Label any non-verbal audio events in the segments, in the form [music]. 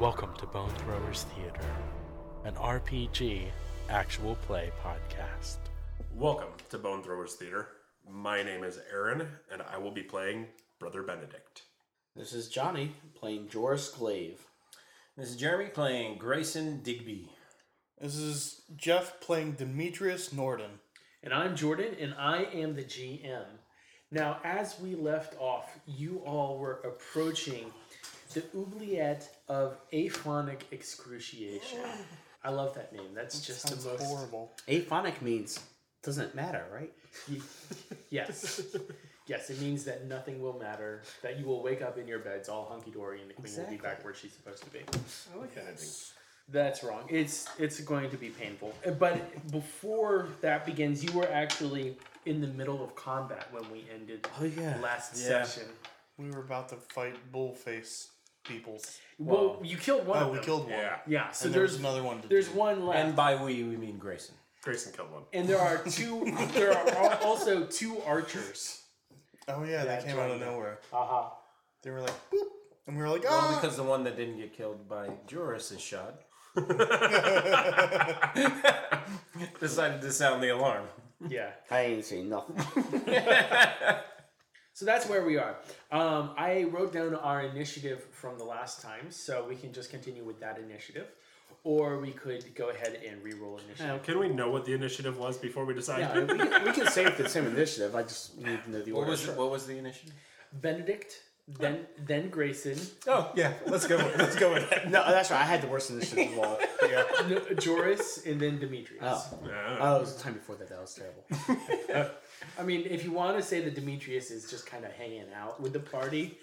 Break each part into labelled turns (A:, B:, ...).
A: Welcome to Bone Throwers Theater, an RPG actual play podcast.
B: Welcome to Bone Throwers Theater. My name is Aaron, and I will be playing Brother Benedict.
C: This is Johnny playing Joris Glaive.
D: This is Jeremy playing Grayson Digby.
E: This is Jeff playing Demetrius Norden.
F: And I'm Jordan, and I am the GM. Now, as we left off, you all were approaching the oubliette of aphonic excruciation. I love that name. That's just
E: Sounds
F: the most.
E: horrible.
C: Aphonic means doesn't matter, right?
F: [laughs] Yes. yes, it means that nothing will matter, that you will wake up in your beds all hunky dory, and the queen will be back where she's supposed to be. That's wrong. It's it's going to be painful. Uh, But before that begins, you were actually in the middle of combat when we ended
C: Oh yeah.
F: last
D: Yeah.
F: session.
E: We were about to fight bullface peoples.
F: Well, you killed one of
E: Oh,
F: them.
E: we killed one.
B: Yeah.
F: Yeah, so
E: and there
F: there's
E: was another one. To
F: there's
E: do.
F: one left,
D: And
F: and,
D: by we, we mean Grayson.
B: Grayson killed one.
F: there are
C: [laughs]
F: two. there are al- also two archers.
E: Oh yeah,
F: Yeah,
E: they came out of
F: Jordan.
E: nowhere.
F: Aha!
E: They were like boop, and we were like
D: Well,
E: ah.
D: because the one that didn't get killed by Joris is shot. [laughs] Decided to sound the alarm.
F: Yeah.
C: I ain't seen nothing.
F: So that's where we are. Um, I wrote down our initiative from the last time, so we can just continue with that initiative, or we could go ahead and re-roll initiative.
B: Can we know what the initiative was before we decide?
C: yeah, we can, we can say it's the same initiative. I just need to know the
D: What
C: order.
D: was the, what was the initiative?
F: Benedict, then then Grayson,
D: Oh yeah, let's go. With, let's go with that.
C: No, that's right. I had the worst initiative of all.
F: no, Joris, and then Demetrius.
C: [laughs] Oh.
B: Yeah.
C: oh, it was the time before that. That was terrible.
F: I mean, if you want to say that Demetrius is just kind of hanging out with the party,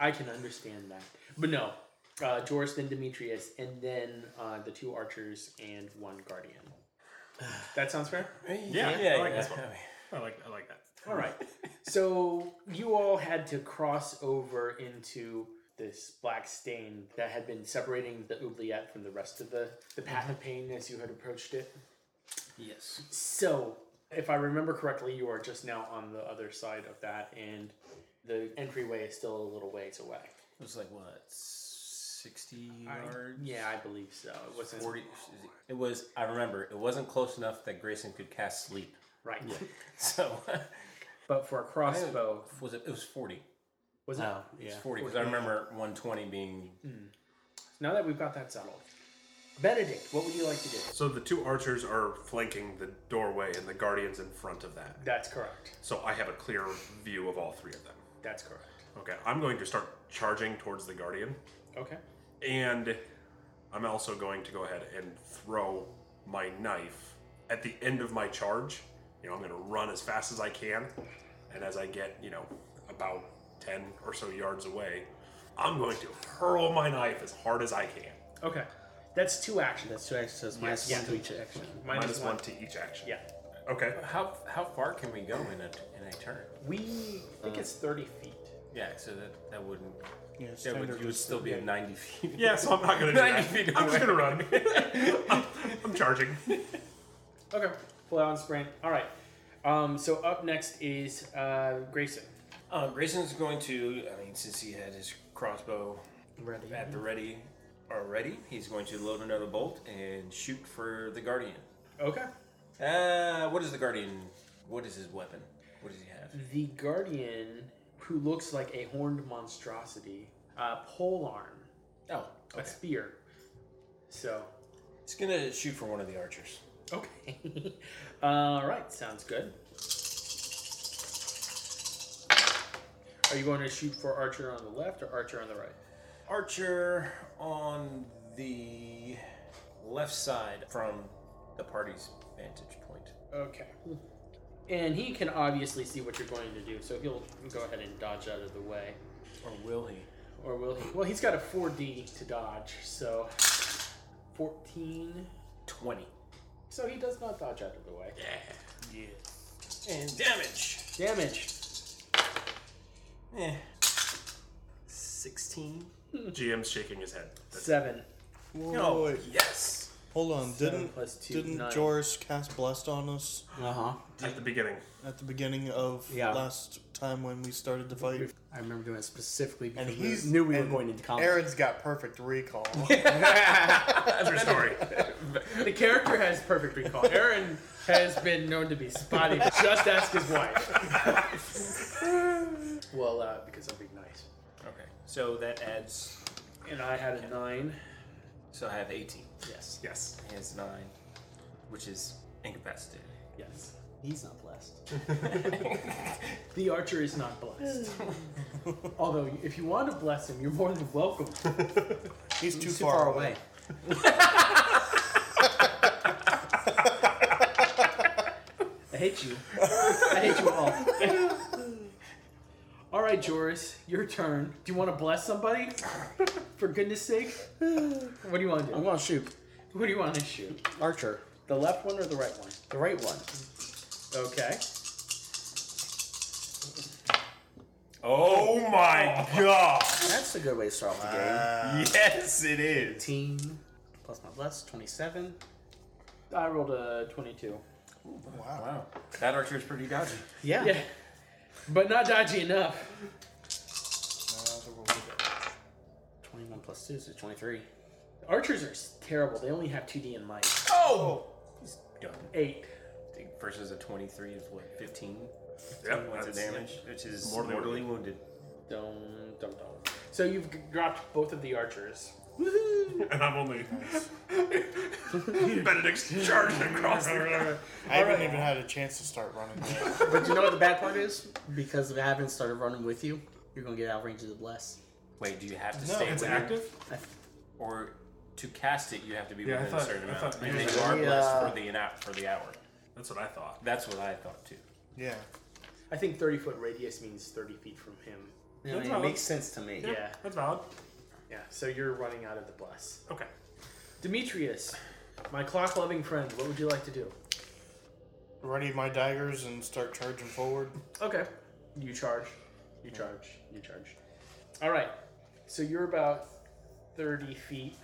F: I can understand that. But no, uh, Joris, then Demetrius, and then uh, the two archers and one guardian. That sounds fair?
B: Yeah,
D: yeah,
B: I like
D: yeah.
B: this one. I like I like that.
F: All right. So you all had to cross over into this black stain that had been separating the oubliette from the rest of the, the path of pain as you had approached it.
D: Yes.
F: So, if I remember correctly, you are just now on the other side of that, and the entryway is still a little ways away.
D: It was like what sixty
F: I-
D: yards.
F: yeah, I believe so. It wasn't
D: 40, it was. I remember. It wasn't close enough that Grayson could cast sleep. [laughs]
F: right,
D: So
F: but for a crossbow,
D: was it? It was forty.
F: was it?
C: Oh,
D: It's
C: yeah.
D: forty because I remember one twenty being
F: Now that we've got that settled, Benedict, what would you like to do?
B: So the two archers are flanking the doorway, and the guardians in front of that.
F: That's correct.
B: So I have a clear view of all three of them.
F: That's correct.
B: Okay, I'm going to start charging towards the guardian,
F: Okay.
B: and I'm also going to go ahead and throw my knife at the end of my charge. You know, I'm going to run as fast as I can, and as I get, you know, about 10 or so yards away, I'm going to hurl my knife as hard as I can.
F: Okay. That's two actions.
C: That's two exercises. Minus
F: Yeah.
C: one to each action.
F: Minus,
B: Minus
F: one.
B: one to each action.
F: Yeah.
B: Okay.
D: How how far can we go in a in a turn?
F: We I think it's thirty feet.
D: Yeah, so that that wouldn't.
E: Yeah, it's
D: That would,
E: standard
D: you would
E: just-
D: still be at ninety feet.
B: Yeah, so I'm
F: [laughs]
B: not going to do
D: 90
B: that.
D: feet
B: I'm just
D: away.
B: going to run. [laughs] I'm, I'm charging.
F: Okay. Full out and sprint. All right. Um, so up next is uh, Grayson.
D: [laughs] Um, Grayson's going to. I mean, since he had his crossbow
C: Ready.
D: at the ready already, he's going to load another bolt and shoot for the guardian.
F: Okay.
D: Uh, what is the guardian? What is his weapon? What does he have?
F: The guardian, who looks like a horned monstrosity, uh, pole arm,
D: Oh,
F: a
D: okay.
F: spear. So
D: He's gonna shoot for one of the archers.
F: okay. [laughs] All right. Sounds good. Are you going to shoot for Archer on the left or Archer on the right?
D: Archer on the left side from the party's vantage point.
F: Okay. And he can obviously see what you're going to do, so he'll go ahead and dodge out of the way.
D: Or will he?
F: Or will he? Well, he's got a 4D to dodge, so 14.
D: 20.
F: So he does not dodge out of the way.
D: And damage.
F: Damage.
D: Eh. 16.
B: GM's shaking his head. That's
F: Seven.
D: No.
E: Wait,
D: Yes.
E: hold on.
F: Seven
E: Didn't
F: plus two,
E: didn't
F: nine.
E: Joris cast blast on us
C: Uh huh.
B: at the beginning.
E: at the beginning of
C: Yeah.
E: last time when we started to fight?
C: I remember doing it specifically because
E: And
C: we
E: he's
C: knew we were
E: and
C: going into combat.
E: Aaron's got perfect recall.
B: True story.
F: The character has perfect recall. Aaron has been known to be spotty. but Just ask his wife. well, uh, because I'm being nice.
D: Okay. So that adds.
F: And I had a nine.
D: So I have 18.
F: Yes.
B: yes.
D: He has 9, which is incapacitated.
F: Yes.
C: he's not blessed.
F: [laughs] The archer is not
C: [laughs]
F: blessed. Although, if you want to bless him, you're more than welcome.
E: He's too,
C: Too far away.
F: [laughs] I hate you. I hate you all. all right, Joris, your turn. Do you want to bless somebody? [laughs] For goodness sake, what do you want to
C: I'm
F: do?
C: gonna shoot
F: Who do you want to shoot?
C: Archer,
F: The left one or the right one?
C: the right one.
F: Okay.
B: Oh my god.
C: That's a good way to start off the game.
D: [laughs] yes, it is.
C: 18 plus my bless, 27.
F: I rolled a 22.
D: Wow. That archer is pretty dodgy.
C: Yeah.
F: Yeah. But not dodgy enough.
C: 21 plus 2, so 23.
F: Archers are s- terrible. They only have 2D in might.
D: Oh! He's done.
F: Eight.
D: think versus a 23 is what, 15
B: Yep.
D: points of
B: that's-
D: damage, which is
B: Mortally
D: mortally, wounded.
F: Dum, dum, dum. So you've g- dropped both of the archers.
B: And I'm [laughs] only Benedict's charging across the
E: I haven't even had a chance to start running. Yet.
C: But you know what the bad part is? Because if I haven't started running with you, you're gonna get out of range of the bless.
D: Wait, do you have to
E: No,
D: stay
E: it's
D: within-
E: active.
D: Or to cast it, you have to be
B: Yeah, I
D: within
B: thought-
D: a certain
B: I
D: amount.
B: thought
D: And
B: maybe
D: then
B: they
D: you are
C: were,
D: blessed
C: uh,
D: for the, ina- for the hour.
B: That's what I thought.
D: That's what I thought
B: [laughs]
D: too.
E: Yeah.
F: I think 30 foot radius means 30 feet from him.
C: You know,
B: That's
C: it
B: valid.
C: makes sense to me.
F: Yeah.
B: That's valid.
F: Yeah. So you're running out of the bless.
B: Okay.
F: Demetrius, my clock loving friend, what would you like to do?
E: Ready my daggers and start charging forward.
F: Okay. You charge. You charge. You charge. All right. So you're about 30 feet.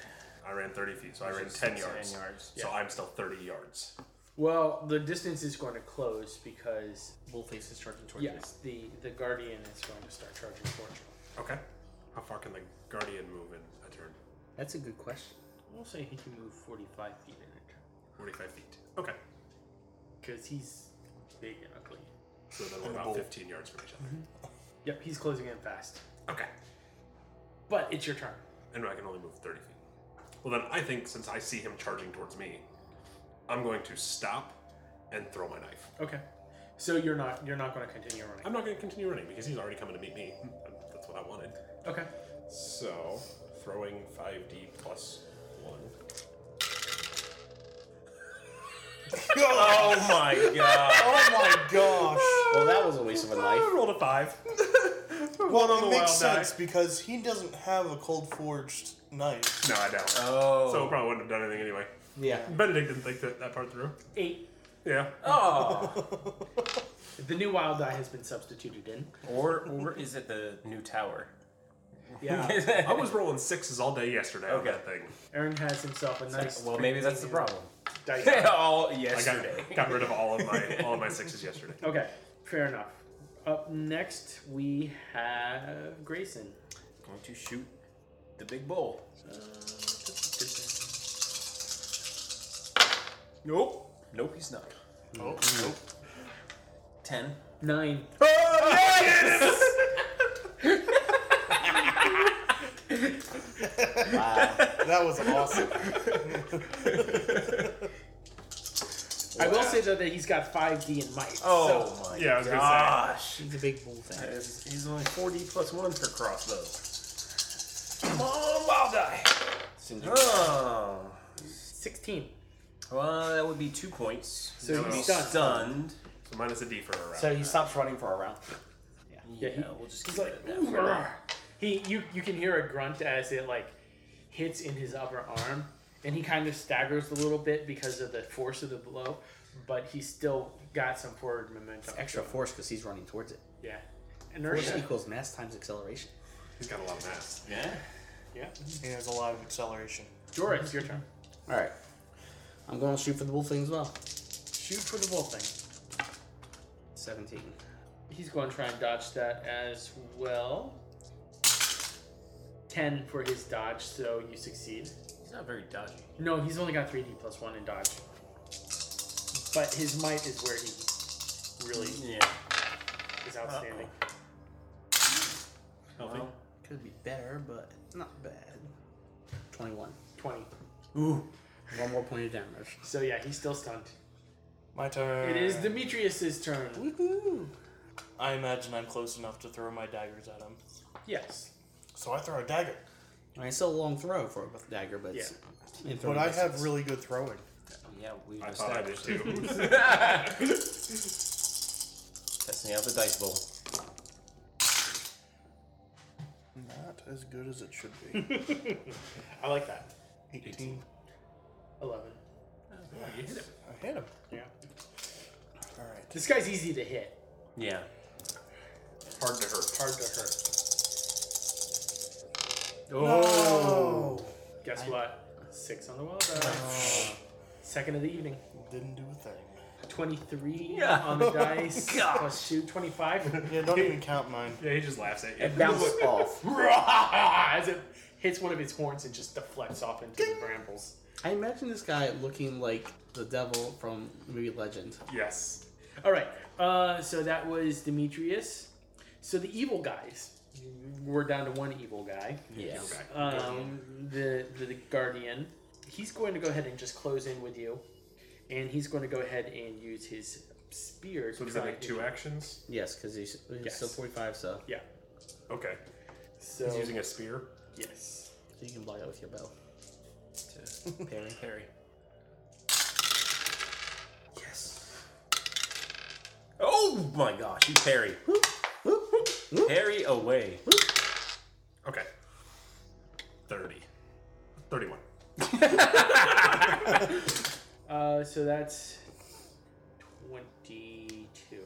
B: I ran 30 feet, so I ran
D: is
B: 10
D: 10
B: yards.
D: yards.
B: So I'm still 30 yards.
F: Well, the distance is going to close because
C: Bullface is charging towards you.
F: yes, the the guardian is going to start charging for you.
B: Okay. How far can the guardian move in a turn?
C: That's a good question.
F: We'll say he can move 45 feet in it
B: 45 feet. Okay.
F: because he's big and ugly.
B: So then we're about 15 yards from each other.
F: Yep, he's closing in fast.
B: Okay.
F: But it's your turn.
B: And I can only move 30 feet. Well, then I think since I see him charging towards me, I'm going to stop and throw my knife.
F: Okay. So you're not you're not going to continue running.
B: I'm not going to continue running because he's already coming to meet me. That's what I wanted.
F: Okay.
B: So, throwing 5d plus 1.
D: Oh my god!
E: Oh my gosh! [laughs]
C: Well, that was a waste of a
B: Oh, I
C: knife.
B: rolled a 5.
E: Well,
B: wild
E: it makes
B: die.
E: sense because he doesn't have a cold forged knife.
B: No, I don't.
D: Oh.
B: So, it probably wouldn't have done anything anyway.
C: Yeah.
B: Benedict didn't think that, that part through.
F: Eight.
B: Yeah.
D: Oh.
F: The new wild die has been substituted in.
D: or or is it the new tower? [laughs]
F: Yeah.
B: I was rolling sixes all day yesterday on
D: Okay.
B: that thing.
F: Aaron has himself a nice.
D: well, maybe that's the problem.
F: dice.
D: [laughs] All
B: I got,
D: yesterday. [laughs]
B: got rid of all of my all of my sixes yesterday.
F: Okay, fair enough. Up next, we have Grayson.
D: Going to shoot the big bull. Nope. Nope, he's not.
E: Oh, nope.
D: Ten.
F: Nine.
E: Mm. That was awesome. [laughs]
F: I will say though that he's got five D in might.
D: Oh my
B: Yeah, I was gonna say.
D: gosh.
C: He's a big bull fan.
D: He's he's only 40 plus 1 per crossbow. Come on, wild die. Oh.
F: so sixteen.
D: Well, that would be two points.
F: So
D: He'd be
F: he's
D: stunned.
F: stunned.
B: So minus a D for a round.
C: So he stops running for a round.
D: Yeah,
F: he-
D: we'll just
F: He's
D: keep
F: like,
D: it at that. for now.
F: He you you can hear a grunt as it like hits in his upper arm, and he kind of staggers a little bit because of the force of the blow, but he's still got some forward momentum.
C: Extra force because he's running towards it.
F: Yeah.
C: Force
F: Inertia.
C: equals mass times acceleration.
B: He's got a lot of mass.
D: Yeah.
F: Yeah.
E: He has a lot of acceleration.
F: Jorah, it's your turn.
C: All right. I'm going to shoot for the wolf thing as well.
E: Shoot for the wolf thing.
C: 17.
F: He's going to try and dodge that as well. Ten for his dodge, so you succeed.
D: He's not very dodgy.
F: No, he's only got 3D plus one in dodge. But his might is where he really
D: Yeah.
F: is outstanding.
D: Healthy.
C: Could be better, but not bad. 21.
F: 20.
C: Ooh. One more point of damage.
F: So yeah, he's still stunned.
E: My turn.
F: It is Demetrius's turn.
C: Woohoo!
E: I imagine I'm close enough to throw my daggers at him.
F: Yes.
E: So I throw a dagger.
C: I mean, it's still a long throw for a dagger, but it's in
E: But
C: throwing
E: I have
C: distance.
E: really good throwing.
D: Yeah, we
B: I thought I did
D: established. [laughs]
B: too.
D: Testing out the dice bowl.
E: Not as good as it should [laughs] be.
F: I like that.
E: 18.
F: 11.
E: I hit him.
F: Yeah.
E: All right.
F: This guy's easy to hit.
D: Yeah.
B: Hard to hurt.
F: Hard to hurt.
E: Oh.
F: Guess what? Six on the wild die. Oh. Second of the evening.
E: Didn't do a thing.
F: 23 on the [laughs] dice. Plus two, [laughs] 25.
E: Yeah, don't even count mine.
B: Yeah, he just laughs at you.
F: It bounces off. As it hits one of his horns and just deflects off into the brambles.
C: I imagine this guy looking like the devil from the movie Legend.
B: Yes.
F: All right. Uh, so that was Demetrius. So the evil guys. We're down to one evil guy.
D: Yeah.
B: Okay.
F: Um, the, the the guardian. He's going to go ahead and just close in with you, and he's going to go ahead and use his spear. to
B: So does that
F: try
B: make
F: and-
B: two actions?
C: Yes, because he's, he's
F: Yes.
C: still 45, so.
F: Yeah.
B: Okay.
F: So
B: He's using a spear.
F: yes.
C: so you can block it with your bow. [laughs]
D: Parry. Parry.
C: Yes.
D: Oh my gosh, you parry. Parry away.
B: Okay. 30. 31.
F: Uh, so that's twenty-two.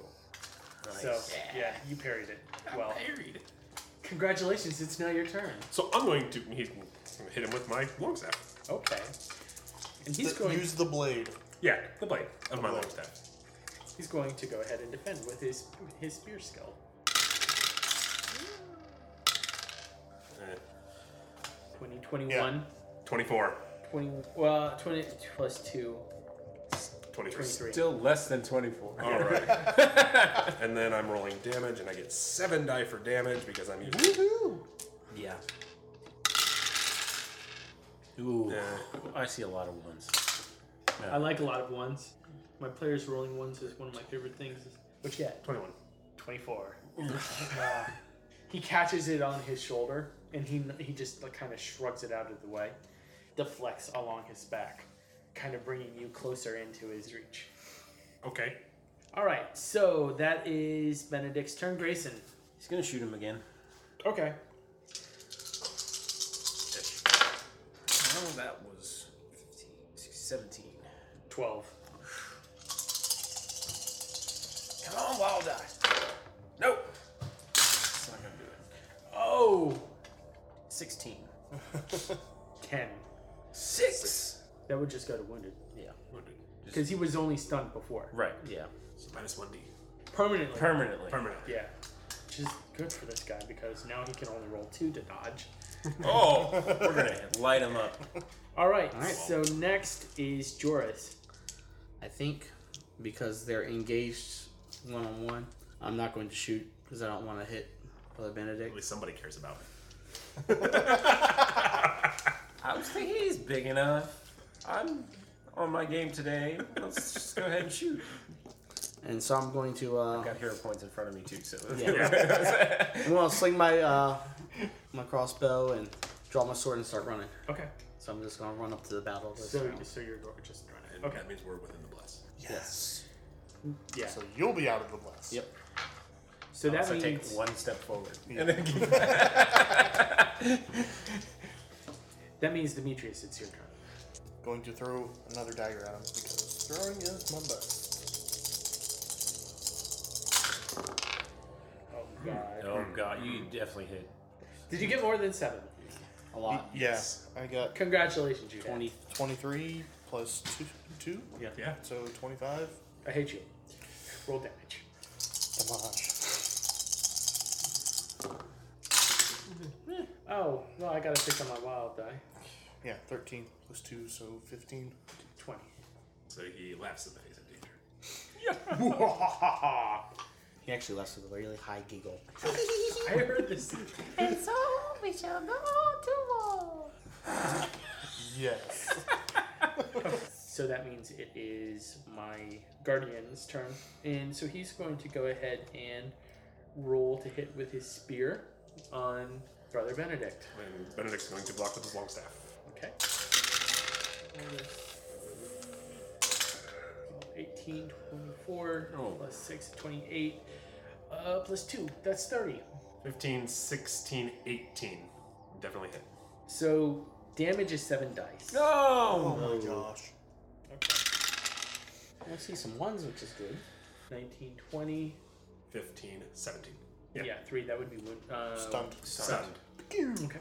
D: Nice.
F: So yeah, you parried it. Well, congratulations! It's now your turn.
B: So I'm going to he's gonna hit him with my long staff.
F: Okay. And he's
E: Th-
F: going.
E: Use the blade.
B: Yeah, the blade of my long staff.
F: He's going to go ahead and defend with his his spear skill.
B: Eh,
F: 20, 21,
E: Yeah.
B: 24.
F: 20, well, 20 plus 2,
B: 23.
F: 23.
D: Still less than 24.
B: All right. and then I'm rolling damage, and I get seven die for damage because I'm using.
D: Yeah. Ooh.
B: Yeah.
D: I see a lot of ones.
F: I like a lot of ones. My players rolling ones is one of my favorite things. Which yeah,
B: 21.
F: 24. he catches it on his shoulder and he he just like, kind of shrugs it out of the way, deflects along his back, kind of bringing you closer into his reach.
B: Okay.
F: All right, so that is Benedict's turn. Grayson.
D: He's gonna shoot him again.
F: Okay.
D: Oh, that was 15, 16, 17.
F: 12.
D: Come on, wild eye. Nope. It's not gonna do it.
F: Oh,
D: 16.
F: 10.
D: Six.
F: That would just go to wounded.
D: Yeah.
F: Because he was only stunned before.
D: Right. Yeah.
B: So minus 1d.
F: Permanently.
D: Permanently.
B: Permanent.
F: yeah. Which is good for this guy because now he can only roll two to dodge.
D: [laughs] Oh, we're gonna light him up.
F: All right,
C: right.
F: so next is Joris.
C: I think because they're engaged one on one, I'm not going to shoot because I don't want to hit Brother
B: At
C: Benedict.
B: least somebody cares about me.
D: I was thinking he's big enough. I'm on my game today. Let's just go ahead and shoot.
C: And so I'm going to uh,
D: Got hero points in front of me too, so [laughs]
C: I'm going to sling my uh, [laughs] my crossbow and draw my sword and start running.
F: Okay.
C: So I'm just going to run up to the battle. This
F: So,
C: round.
F: so you're go- just trying
B: And
F: to. Okay.
B: that means we're within the bless.
E: Yes.
F: Yeah.
E: So you'll be out of the blast.
C: Yep.
G: So that
D: so
G: means
D: take one step forward. And then
G: that means Demetrius, it's your turn.
E: Going to throw another dagger at him because throwing is my best.
D: oh god, you definitely hit.
G: Did you get more than seven?
C: A
E: Uh,
C: lot.
E: Yeah, I got
G: Congratulations, you
C: Twenty.
E: 23 plus 2, two
G: Yeah.
B: Yeah.
E: so 25.
G: I hate you. Roll damage.
E: Damage.
G: Oh well, I got to six on my wild die.
E: Yeah, 13 plus 2, so 15.
G: Twenty.
B: So he laughs at that he's in danger.
C: He actually left with a really high giggle.
G: I heard this.
E: [laughs] Yes.
G: So that means it is my guardian's turn, and so he's going to go ahead and roll to hit with his spear on Brother Benedict.
B: And Benedict's going to block with his long staff.
G: Okay. 18, 24, plus 6, 28, uh, plus 2, that's 30.
B: 15, 16, 18. Definitely hit.
G: So damage is 7 dice.
E: Oh
D: No.
E: my gosh.
C: I see some ones, which is good.
G: 19, 20.
B: 15, 17.
G: Yeah, 3, that would be wound. Uh,
E: Stunned.
B: Stunned.
G: Okay.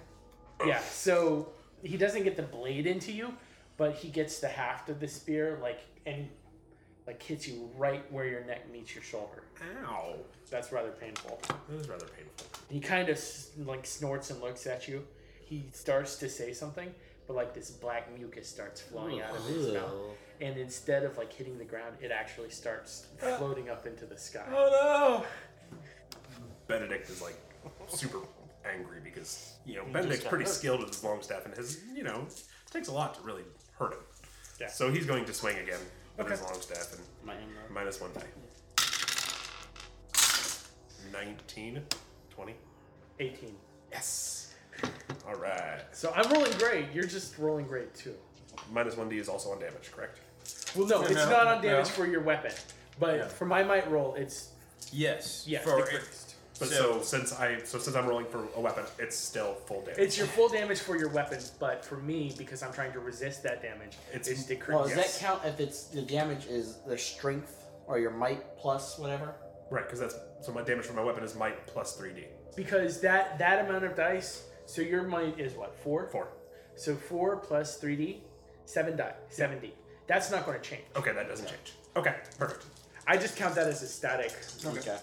G: Yeah, so he doesn't get the blade into you, but he gets the haft of the spear, like, and like hits you right where your neck meets your shoulder.
B: Ow.
G: That's rather painful.
B: That was rather painful.
G: He kind of s- like snorts and looks at you. He starts to say something, but like this black mucus starts flowing out of his mouth, and instead of like hitting the ground, it actually starts floating up into the sky.
D: Oh
B: Benedict is like super angry because, you know, Benedict's pretty skilled with his long staff and has, you know, it takes a lot to really hurt him.
G: Yeah.
B: So he's going to swing again with his long staff and
C: My emerald.
B: minus one die. 19, 20.
G: 18.
B: Yes. All right.
G: So I'm rolling great. You're just rolling great too.
B: Minus 1d is also on damage, correct?
G: Well, no, it's
D: No,
G: not on damage
D: no.
G: for your weapon, but
D: Yeah.
G: for my might roll, it's
D: no. Yes.
G: Yes,
D: For
G: the
B: But so, since I so since I'm rolling for a weapon, it's still full damage.
G: it's your full damage for your weapon. But for me, because I'm trying to resist that damage,
B: It's-
G: it's, it's decreased.
C: Well, does
B: Yes.
C: that count if it's the damage is their strength or your might plus whatever?
B: right because that's so my damage from my weapon is might plus three d
G: Because that that amount of dice. So your might is what four?
B: four.
G: So four plus three D, seven die, seven D. That's not going to change.
B: Okay, that doesn't change. Okay, perfect.
G: I just count that as a static.
C: Okay.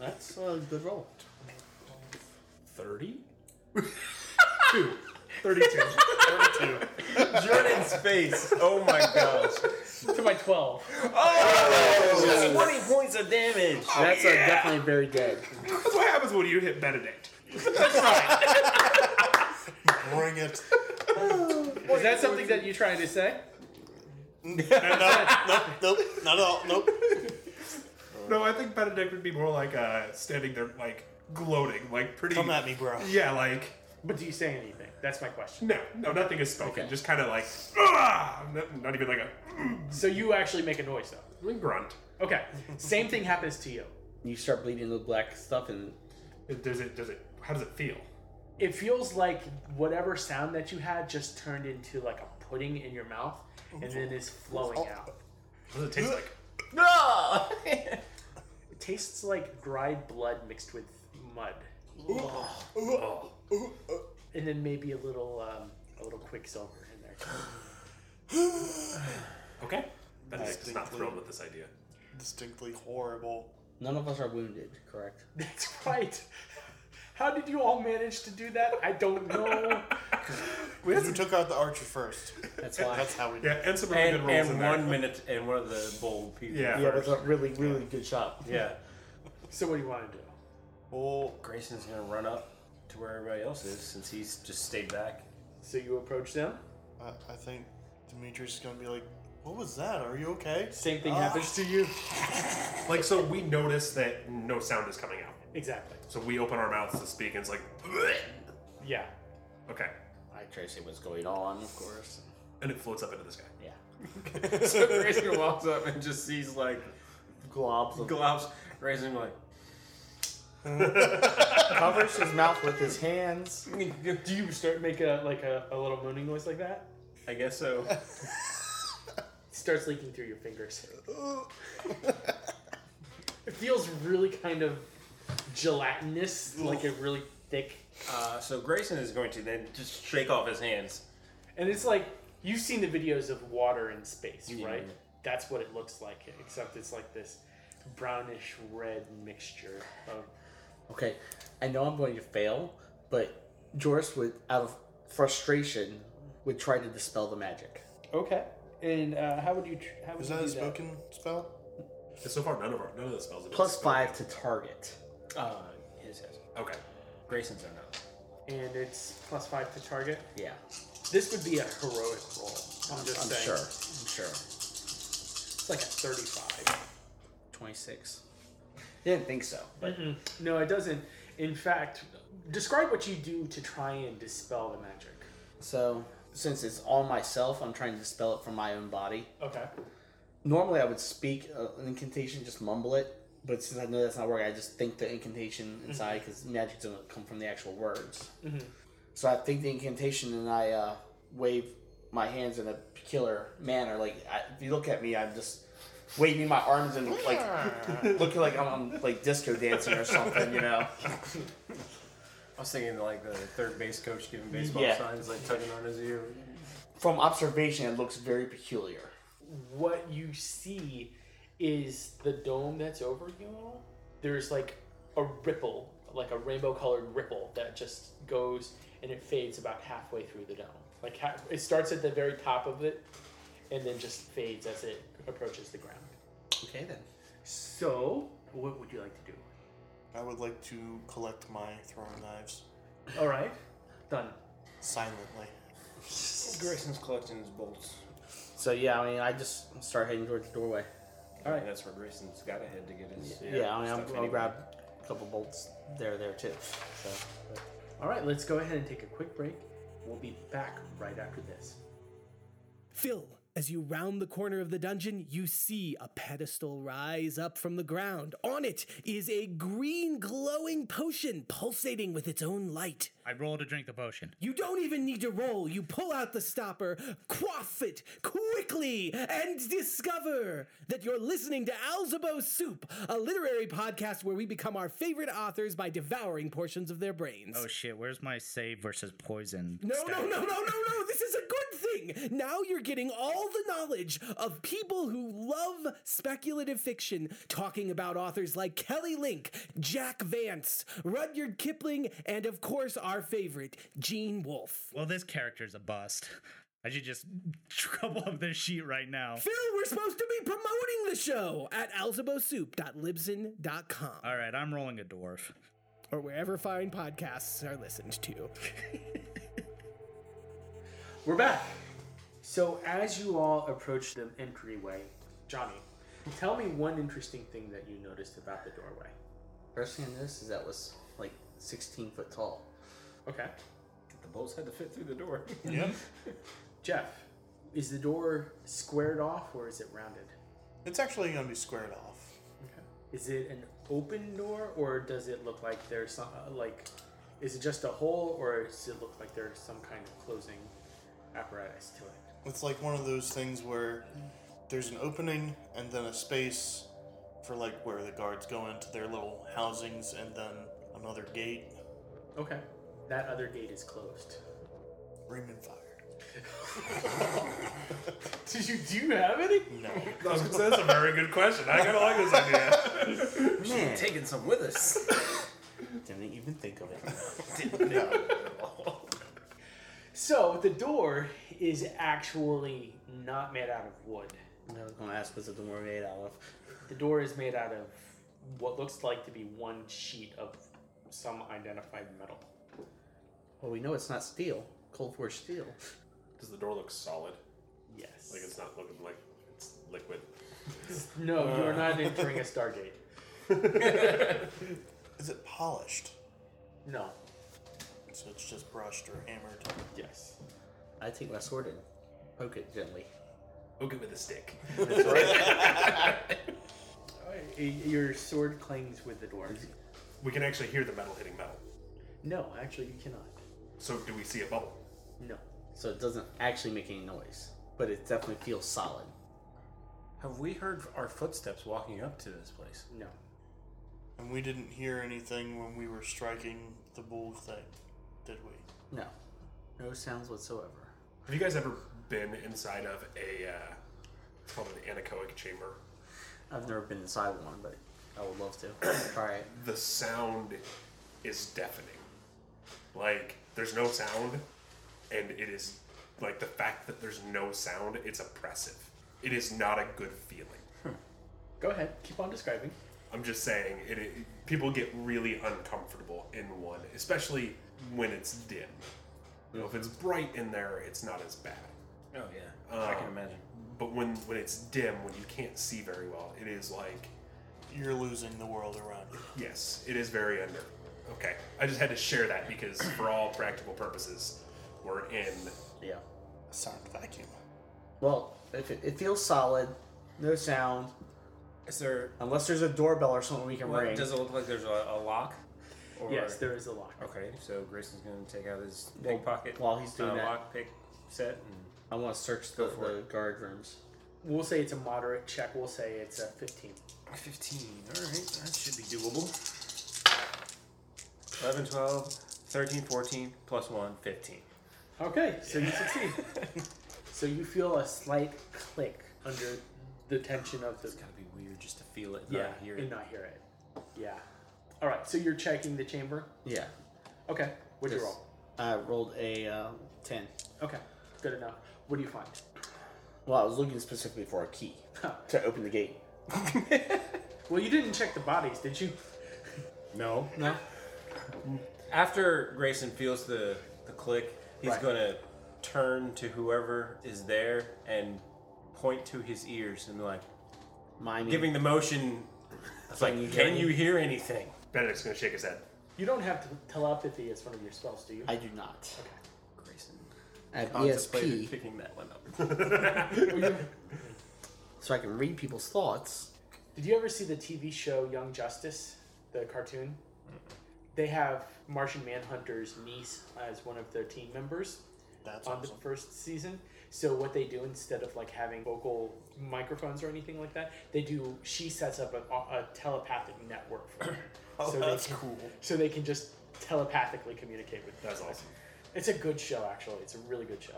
C: That's a good roll.
B: [laughs] Thirty.
G: Thirty-two
D: Jordan's face. Oh my gosh.
G: to my twelve.
D: Twenty points of damage.
C: That's a definitely very good.
B: That's what happens when you hit Benedict.
E: Bring [laughs] it.
G: Is that something that you're trying to say?
E: Nope, not at all. Nope.
B: No, I think Benedict would be more like uh, standing there like gloating, like pretty.
E: Come at me, [laughs] bro.
B: Yeah, like
G: But do you say anything? That's my question.
B: no, no, nothing is spoken.
C: Okay.
B: Just kind of like ah, not, not even like a
G: So you actually make a noise though.
B: grunt.
G: Okay. Same thing happens to you.
C: You start bleeding the black stuff and
B: It- Does it? Does it? How does it feel?
G: It feels like whatever sound that you had just turned into like a pudding in your mouth, and then is flowing out.
B: What does it taste like?
D: No.
G: It tastes like dried blood mixed with mud, and then maybe a little um, a little quicksilver in there. [laughs] too.
B: Okay. Benedict is not
E: Distinctly.
B: thrilled with this idea.
E: Distinctly horrible.
C: none of us are wounded, correct?
G: That's right. How did you all manage to do that? I don't know.
E: You took out the archer first.
C: That's why.
E: That's how we did
B: Yeah, and some really
D: And,
B: good rolls in
D: and
B: there.
D: one minute and one of the bold people.
B: Yeah.
C: yeah, with a really, really good shot.
D: Yeah.
G: So what do you want to do?
E: Oh,
D: Grayson's gonna run up to where everybody else is since he's just stayed back.
G: So you approach them.
E: I, I think Demetrius is going to be like, what was that? Are you okay?
G: Same thing happens to you.
B: Like, so we notice that no sound is coming out.
G: Exactly.
B: So we open our mouths to speak, and it's like,
G: Yeah.
B: okay.
C: I try to see what's going on,
D: [laughs]
C: of course.
B: And it floats up into the sky.
C: Yeah.
D: so Grayson walks up and just sees like
H: globs of
D: Gloves raising like.
H: covers his mouth with his hands.
G: Do you start make a like a, a little moaning noise like that?
D: I guess so.
G: It starts leaking through your fingers. It feels really kind of gelatinous, like a really thick,
D: Uh, so Grayson is going to then just shake off his hands.
G: and it's like you've seen the videos of water in space,
D: Yeah.
G: right? That's what it looks like, except it's like this brownish red mixture of
C: Okay, I know I'm going to fail, but Joris would, out of frustration, would try to dispel the magic.
G: Okay. And uh, how would you? Tr- how would
E: Is
G: you
E: that
G: do
E: a spoken spell?
B: And so far, none of our none of the spells. Have
C: Plus
B: been
C: five to target.
D: Uh, his has.
B: Okay.
D: Grayson's are not.
G: And it's plus five to target.
C: Yeah,
G: This would be a heroic roll. I'm just
C: I'm
G: saying.
C: sure. I'm sure.
G: It's like a 35.
C: 26. Didn't think so, but
G: No, it doesn't. In fact, describe what you do to try and dispel the magic.
C: so since it's all myself, I'm trying to dispel it from my own body.
G: Okay.
C: Normally, I would speak uh, an incantation, just mumble it, but since I know that's not working, I just think the incantation inside because magic doesn't come from the actual words. So I think the incantation and I uh, wave my hands in a peculiar manner. Like I, if you look at me, I'm just waving my arms and like looking like I'm on like disco dancing or something, you know.
D: I was thinking like the third base coach giving baseball
C: Yeah.
D: signs, like tugging on his ear.
C: From observation, it looks very peculiar.
G: What you see is the dome that's over you all. There's like a ripple, like a rainbow colored ripple that just goes and it fades about halfway through the dome. Like ha- it starts at the very top of it and then just fades as it approaches the ground.
C: Okay then.
G: So, what would you like to do?
E: I would like to collect my throwing knives
G: All right, done.
E: silently.
D: Grayson's collecting his bolts.
C: So yeah, I mean, I just start heading towards the doorway.
D: All right, that's where Grayson's got to head to get his.
C: Yeah, I mean, I'm,
D: stuff
C: I'll
D: anyway.
C: grab a couple bolts there, there too. So
G: All right, let's go ahead and take a quick break. We'll be back right after this.
I: Phil, as you round the corner of the dungeon, you see a pedestal rise up from the ground. On it is a green glowing potion pulsating with its own light.
J: I roll to drink the potion.
I: You don't even need to roll. You pull out the stopper, quaff it quickly, and discover that you're listening to Alzebo Soup, a literary podcast where we become our favorite authors by devouring portions of their brains.
J: Oh shit, where's my save versus poison?
I: No, no, no, no, no, no. This is a good thing. Now you're getting all the knowledge of people who love speculative fiction, talking about authors like Kelly Link, Jack Vance, Rudyard Kipling, and of course our favorite, Gene Wolfe.
J: Well, this character's a bust. I should just [laughs] trouble up this sheet right now.
I: Phil, we're supposed to be promoting the show at alzabosoup.libsyn.com
J: All right, I'm rolling a dwarf.
I: or wherever fine podcasts are listened to.
G: We're back. So, as you all approach the entryway, Johnny, tell me one interesting thing that you noticed about the doorway.
C: first thing I noticed is that was like 16 foot tall.
G: Okay.
D: The bolts had to fit through the door.
G: Jeff, is the door squared off or is it rounded?
E: It's actually going to be squared off.
G: Okay. Is it an open door or does it look like there's some, uh, like, is it just a hole or does it look like there's some kind of closing apparatus to it?
E: It's like one of those things where there's an opening and then a space for like where the guards go into their little housings and then another gate.
G: Okay. That other gate is closed.
E: Raymond fired.
G: Did you do you have any?
E: No.
B: I was gonna say, that's a very good question. I kind of like this idea.
C: Man,
D: Taking some with us.
C: didn't even think of it. [laughs]
G: So the door is actually not made out of wood.
C: I was gonna ask what's the door made out of.
G: The door is made out of what looks like to be one sheet of some identified metal.
C: Well, we know it's not steel, cold forged steel.
B: Does the door look solid?
G: Yes.
B: Like it's not looking like it's liquid.
G: no, you are not entering [laughs] a Stargate.
E: Is it polished?
G: No.
E: So it's just brushed or hammered.
G: Yes.
C: I take my sword and poke it gently. [laughs]
B: Hook it with a stick.
G: Y- Your sword clings with the door.
B: We can actually hear the metal hitting metal.
G: No, actually, you cannot.
B: So do we see a bubble?
G: No.
C: So it doesn't actually make any noise, but it definitely feels solid.
D: Have we heard our footsteps walking up to this place?
G: No.
E: And we didn't hear anything when we were striking the bull thing, did we?
C: No. No sounds whatsoever.
B: Have you guys ever been inside of a uh, it's called an anechoic chamber?
C: I've never been inside one, but I would love to. Try it.
B: The sound is deafening. Like there's no sound, and it is like the fact that there's no sound. It's oppressive. It is not a good feeling.
G: Go ahead. Keep on describing.
B: I'm just saying it, it. People get really uncomfortable in one, especially when it's dim. You know, if it's bright in there, it's not as bad.
D: Oh yeah, I can
B: Um,
D: imagine.
B: But when when it's dim, when you can't see very well, it is like
E: You're losing the world around you.
B: yes, it is very under. Okay, I just had to share that because
D: [coughs]
B: for all practical purposes, we're in.
C: Yeah.
E: A sound vacuum.
C: Well, if it, it feels solid, no sound,
D: Is there?
C: unless there's a doorbell or something we can
D: what-
C: ring.
D: does it look like there's a, a lock? Or,
G: Yes, there is a lock.
D: Okay, so Grayson's gonna take out his
C: Well,
D: pickpocket
C: while he's doing
D: uh,
C: that-
D: lock pick set. And
C: I want to search the, the guard rooms.
G: We'll say it's a moderate check. We'll say it's a 15.
D: 15. All right, that should be doable. 11, 12, 13, 14, plus 1, 15.
G: Okay, so you succeed. [laughs] so you feel a slight click under the tension of the
D: It's gotta be weird just to feel it,
G: yeah,
D: not hear
G: and
D: it.
G: not hear it. Yeah. All right, so you're checking the chamber.
C: Yeah.
G: Okay. What'd you
C: Yes.
G: roll?
C: I rolled a uh, 10.
G: Okay, good enough. What do you find? [laughs]
C: Well, I was looking specifically for a key to open the gate.
G: Well, you didn't check the bodies, did you?
D: No.
C: No?
D: After Grayson feels the, the click, he's
G: Right.
D: gonna turn to whoever is there and point to his ears and be like,
C: Mine.
D: giving the motion. It's like,
C: you hear
D: can you hear anything?
B: Benedict's gonna shake his head.
G: You don't have t- telepathy as one of your spells, do you?
C: I do not.
D: Grayson
C: I have
D: contemplated
C: ESP,
D: picking that one up.
G: Well, you-
C: so I can read people's thoughts.
G: Did you ever see the TV show Young Justice, the cartoon? They have Martian Manhunter's niece as one of their team members
E: That's
G: on
E: awesome.
G: the first season. So what they do instead of like having vocal microphones or anything like that, they do. She sets up a, a telepathic network.
E: [coughs]
G: For them. so
E: Oh, that's
G: they can,
E: cool.
G: So they can just telepathically communicate with. That's
B: awesome.
G: It's a good show, actually. It's a really good show.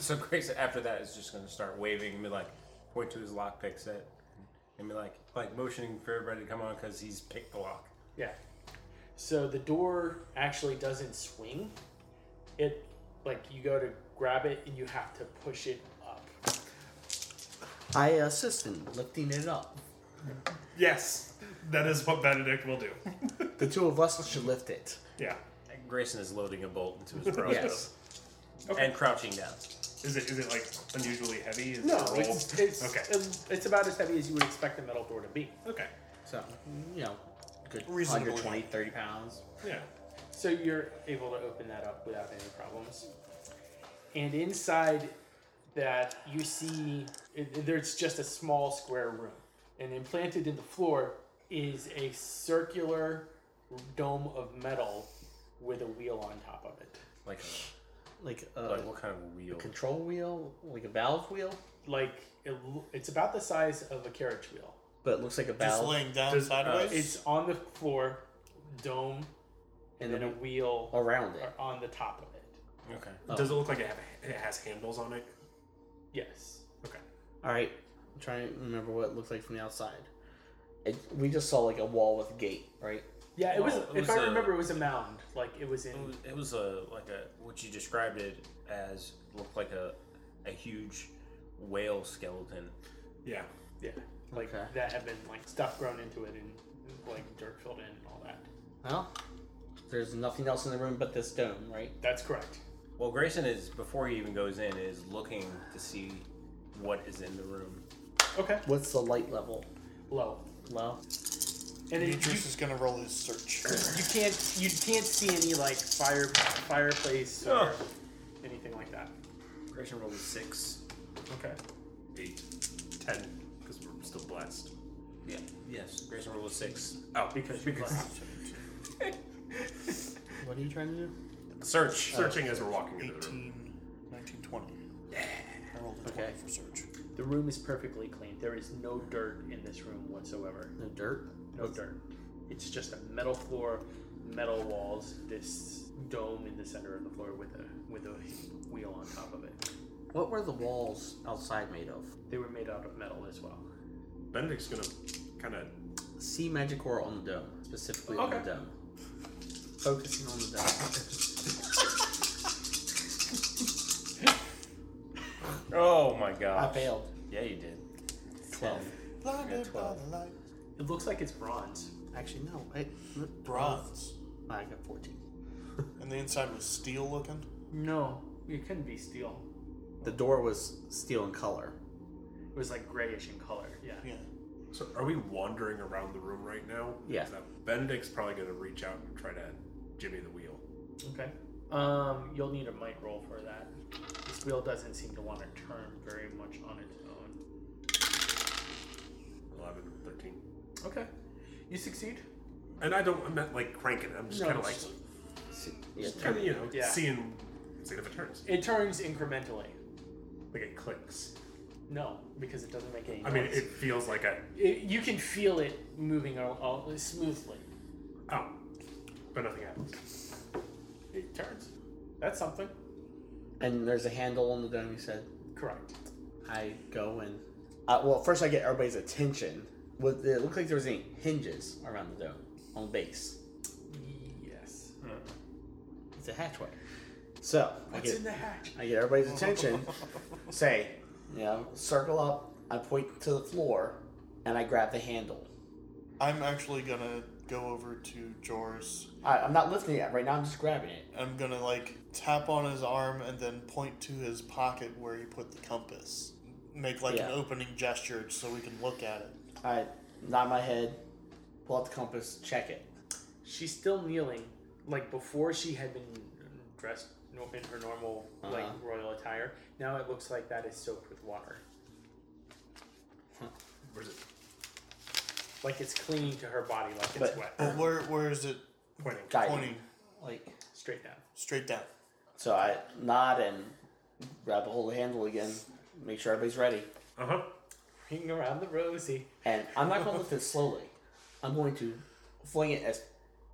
D: So Grayson, after that, is just gonna start waving and be like, point to his lockpick set, and be like, like motioning for everybody to come on because he's picked the lock.
G: Yeah. So the door actually doesn't swing. It like you go to grab it and you have to push it up.
C: I assist in lifting it up.
B: Yes, that is what Benedict will do.
C: The two of us should lift it.
B: Yeah.
D: Grayson is loading a bolt into
C: [laughs]
D: his crossbow
C: Yes.
D: and crouching down.
B: Is it is it like unusually heavy? Is
G: No,
B: it a roll?
G: it's, it's,
B: Oh.
G: um,
B: okay.
G: it's about as heavy as you would expect the metal door to be.
B: okay.
C: So, you know, good
E: Reasonable.
C: 120, 30 pounds.
B: Yeah.
G: So you're able to open that up without any problems. And inside that, you see it- there's just a small square room. And implanted in the floor is a circular dome of metal with a wheel on top of it.
D: Like,
C: Like a
D: like what kind of wheel?
C: control wheel, like a valve wheel,
G: Like, it, l- it's about the size of a carriage wheel.
C: but it looks like a
E: Just
C: valve.
E: laying down sideways?
G: It's on the floor, dome, and,
C: And
G: then a
C: then
G: wheel
C: around it.
G: are on the top of it.
D: Okay.
B: Does it look like it, have, it has handles on it?
G: Yes.
B: Okay.
C: All right, I'm trying to remember what it looks like from the outside. It, we just saw like a wall with a gate, right?
G: Yeah, it was.
D: Well, it
G: if
D: was
G: I
D: a-
G: remember, it was a mound. Like it was in.
D: It was, it was a like a what you described it as looked like a a huge whale skeleton.
B: Yeah.
G: Yeah, like
C: Okay.
G: that have been like stuff grown into it and like dirt filled in and all that.
C: Well, there's nothing else in the room but this dome, right?
G: That's correct.
D: Well, Grayson is before he even goes in is looking to see what is in the room.
G: Okay.
C: What's the light level?
G: Low.
C: Low.
G: And it, you,
E: Idris is gonna roll his search.
G: you can't you can't see any like fire fireplace or
D: Ugh.
G: anything like that.
D: Grayson rolled a six.
B: Okay. Eight. Ten. Because we're still blessed.
D: Yeah. Yes. Grayson rolled a six.
B: Oh,
D: because because
C: What are you trying to do?
D: Oh.
B: Search. Searching as we're walking into the room.
E: 18, 19, 20. Yeah. I rolled a 20 for search.
G: The room is perfectly clean. There is no dirt in this room whatsoever.
C: No dirt?
G: No dirt. It's just a metal floor, metal walls, this dome in the center of the floor with a with a wheel on top of it.
C: What were the walls outside made of?
G: They were made out of metal as well.
B: Benedict's gonna kind of
C: See magic aura on the dome, specifically on
G: Okay.
C: the dome. Focusing on the dome.
D: Oh my god.
C: I failed.
D: Yeah, you did.
C: Twelve.
E: Blinded by
D: 12.
E: the light.
G: It looks like it's bronze.
C: Actually, no. It,
E: Bronze.
C: I got fourteen.
E: And the inside was steel looking.
G: No, it couldn't be steel.
C: The door was steel in color.
G: It was like grayish in color. Yeah.
E: Yeah.
B: So are we wandering around the room right now?
C: Yeah.
B: Now, Benedict's probably going to reach out and try to jimmy the wheel.
G: Okay. Um, you'll need a might roll for that. This wheel doesn't seem to want to turn very much on its own.
B: 11, 13.
G: Okay. You succeed.
B: And I don't, I'm not like cranking. I'm just
G: No,
B: kind of like,
G: it's
C: Yeah,
B: kind of, you know,
G: Yeah.
B: seeing, seeing if it turns.
G: It turns incrementally.
B: Like it clicks.
G: No, because it doesn't make any.
B: I mean,
G: noise.
B: it feels like a,
G: It- you can feel it moving all, all smoothly.
B: oh, but nothing happens.
G: It turns. That's something.
C: and there's a handle on the dome. You said.
G: Correct.
C: I go and uh, well, first I get everybody's attention. With it looked like there was any hinges around the dome on the base.
G: Yes.
C: It's a hatchway. So I
G: It's
C: get,
G: in the hatch.
C: I get everybody's
G: [laughs]
C: attention. say, you know, circle up. I point to the floor, and I grab the handle.
E: I'm actually gonna go over to Jor's.
C: I, I'm not lifting it right now. I'm just grabbing it.
E: I'm gonna like tap on his arm and then point to his pocket where he put the compass. Make like an
C: Yeah.
E: opening gesture so we can look at it.
C: I nod my head, pull out the compass, check it.
G: She's still kneeling, like before she had been dressed nor- in her normal like
C: Uh-huh.
G: royal attire. Now it looks like that is soaked with water,
B: Where's it
G: like it's clinging to her body, like it's
C: But-
G: wet.
E: But where where is it
B: pointing?
C: Guiding.
E: pointing?
C: Like
G: Straight down.
E: Straight down.
C: so, I nod and grab a hold of the handle again. Make sure everybody's ready.
B: Uh huh.
G: Ring around the rosy.
C: And I'm not going to lift it slowly. I'm going to fling it as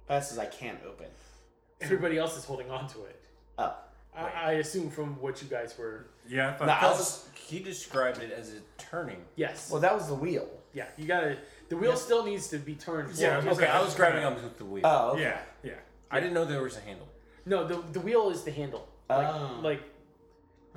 C: fast as I can open. Oh.
G: Everybody else is holding on to it.
C: Up.
G: I, I assume from what you guys were.
B: Yeah, I thought
C: No, I was
D: Just- He described it as a turning.
G: Yes.
C: well, that was the wheel.
G: yeah. You gotta. The wheel still needs to be turned.
B: Yeah,
G: forward.
B: I was
D: Okay,
B: like,
D: I was grabbing onto the wheel.
C: Oh, okay.
B: Yeah, yeah.
D: I didn't know there was a handle.
G: No, the, the wheel is the handle. Like,
C: Oh.
G: like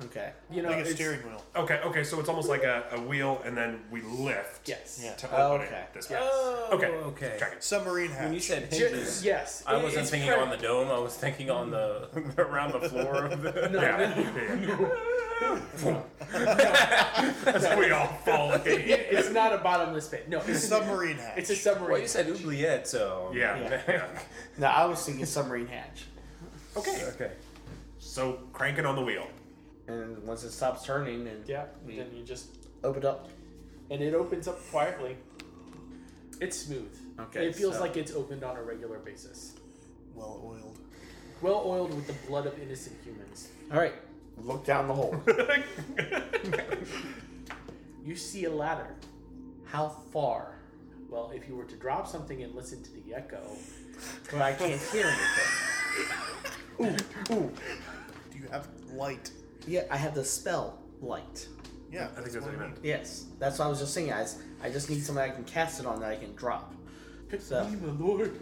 C: Okay.
G: you know,
E: Like a
G: it's-
E: steering wheel.
B: Okay, okay, so it's almost like a, a wheel and then we lift
G: Yes.
E: Yeah.
B: to open
C: Oh, okay.
B: it this way.
G: Yes.
B: Okay.
D: Oh, okay.
B: Check it.
E: Submarine
D: When you
E: hatch.
D: said
G: Ju-
D: hinges,
G: yes.
D: I
G: it-
D: wasn't
G: it's
D: thinking
G: pre-
D: on
G: [laughs]
D: the dome. I was thinking on the [laughs] around the floor of the.
B: Yeah. yeah, yeah. [laughs] As we all
D: [laughs]
B: fall in.
G: It's not a bottomless pit. No, it's,
E: [laughs] submarine hatch.
G: it's a submarine.
D: Well, you said oubliette, so
B: Yeah, yeah.
C: No, I was thinking submarine hatch.
B: Okay.
D: Okay.
B: So crank it on the wheel.
C: And once it stops turning and
G: Yeah.
C: we
G: Then you just
C: open up.
G: and it opens up quietly. It's smooth.
C: Okay,
G: It feels
C: so-
G: like it's opened on a regular basis.
E: well oiled.
G: Well oiled with the blood of innocent humans.
C: All right. Look down
B: [laughs]
C: the hole.
G: You see a ladder.
C: How far?
G: Well, if you were to drop something and listen to the echo,
C: But I can't hear anything.
E: Do you have light?
C: Yeah, I have the spell light.
E: Yeah.
B: I think that's what he meant.
C: Yes. That's what I was just saying, guys. I just need somebody I can cast it on that I can drop. So,
G: "Hey, my lord.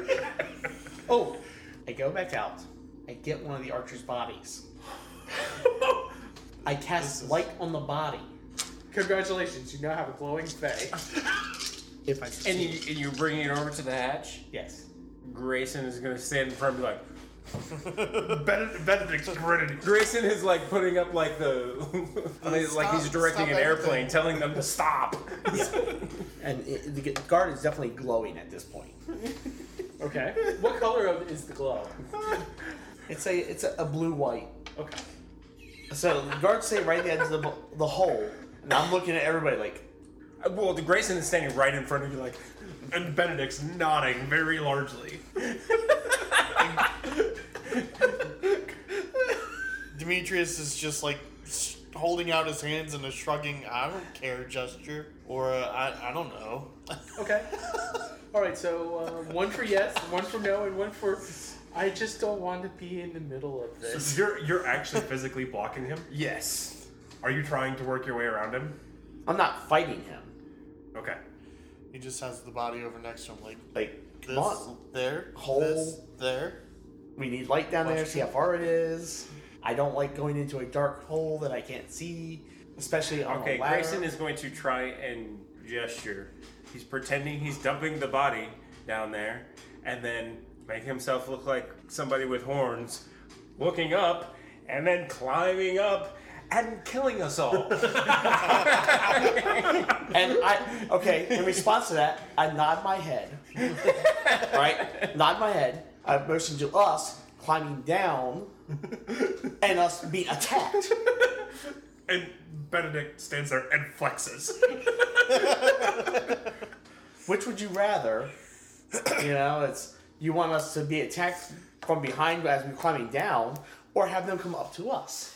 C: [laughs] oh, I go back out. I get one of the archer's [laughs] bodies. I cast light on the body.
G: Congratulations, you now have a glowing fey.
C: If I
D: And, you, and you're bringing it over to the hatch.
C: [laughs] yes.
D: Grayson is gonna stand in front and be like.
B: Benedict, Benedict's grinning.
D: Grayson is like putting up like the [laughs] like,
E: Stop-
D: he's directing
E: stop
D: an airplane,
E: everything.
D: telling them to stop.
C: And it, the guard is definitely glowing at this point.
G: Okay. What color of is the glow?
C: It's a it's a, a blue white.
G: Okay.
C: So the guards stay right at the the hole, And I'm looking at everybody like,
D: Uh, well, the Grayson is standing right in front of you, like,
B: and Benedict's nodding very largely.
E: Demetrius is just like s- holding out his hands in a shrugging "I don't care" gesture, or uh, I I don't know. [laughs]
G: Okay. All right. So uh, one for yes, one for no, and one for I just don't want to be in the middle of this.
B: So you're you're actually physically blocking him.
G: Yes.
B: Are you trying to work your way around him?
C: I'm not fighting him.
B: Okay.
E: He just has the body over next to him, like
C: Like, come
E: this
C: on.
E: there,
C: Hole.
E: this there.
C: We need light down there, see how far it is. I don't like going into a dark hole that I can't see, especially
B: Oh,
C: on
D: okay,
C: a ladder.
D: Grayson is going to try and gesture. He's pretending he's dumping the body down there, and then make himself look like somebody with horns, looking up, and then climbing up and killing us all.
C: And I, okay, in response to that, I nod my head.
D: [laughs]
C: right? Nod my head. I motion to us climbing down and us being attacked.
B: [laughs] And Benedict stands there and flexes.
C: Which would you rather? You know, it's you want us to be attacked from behind as we're climbing down, or have them come up to us.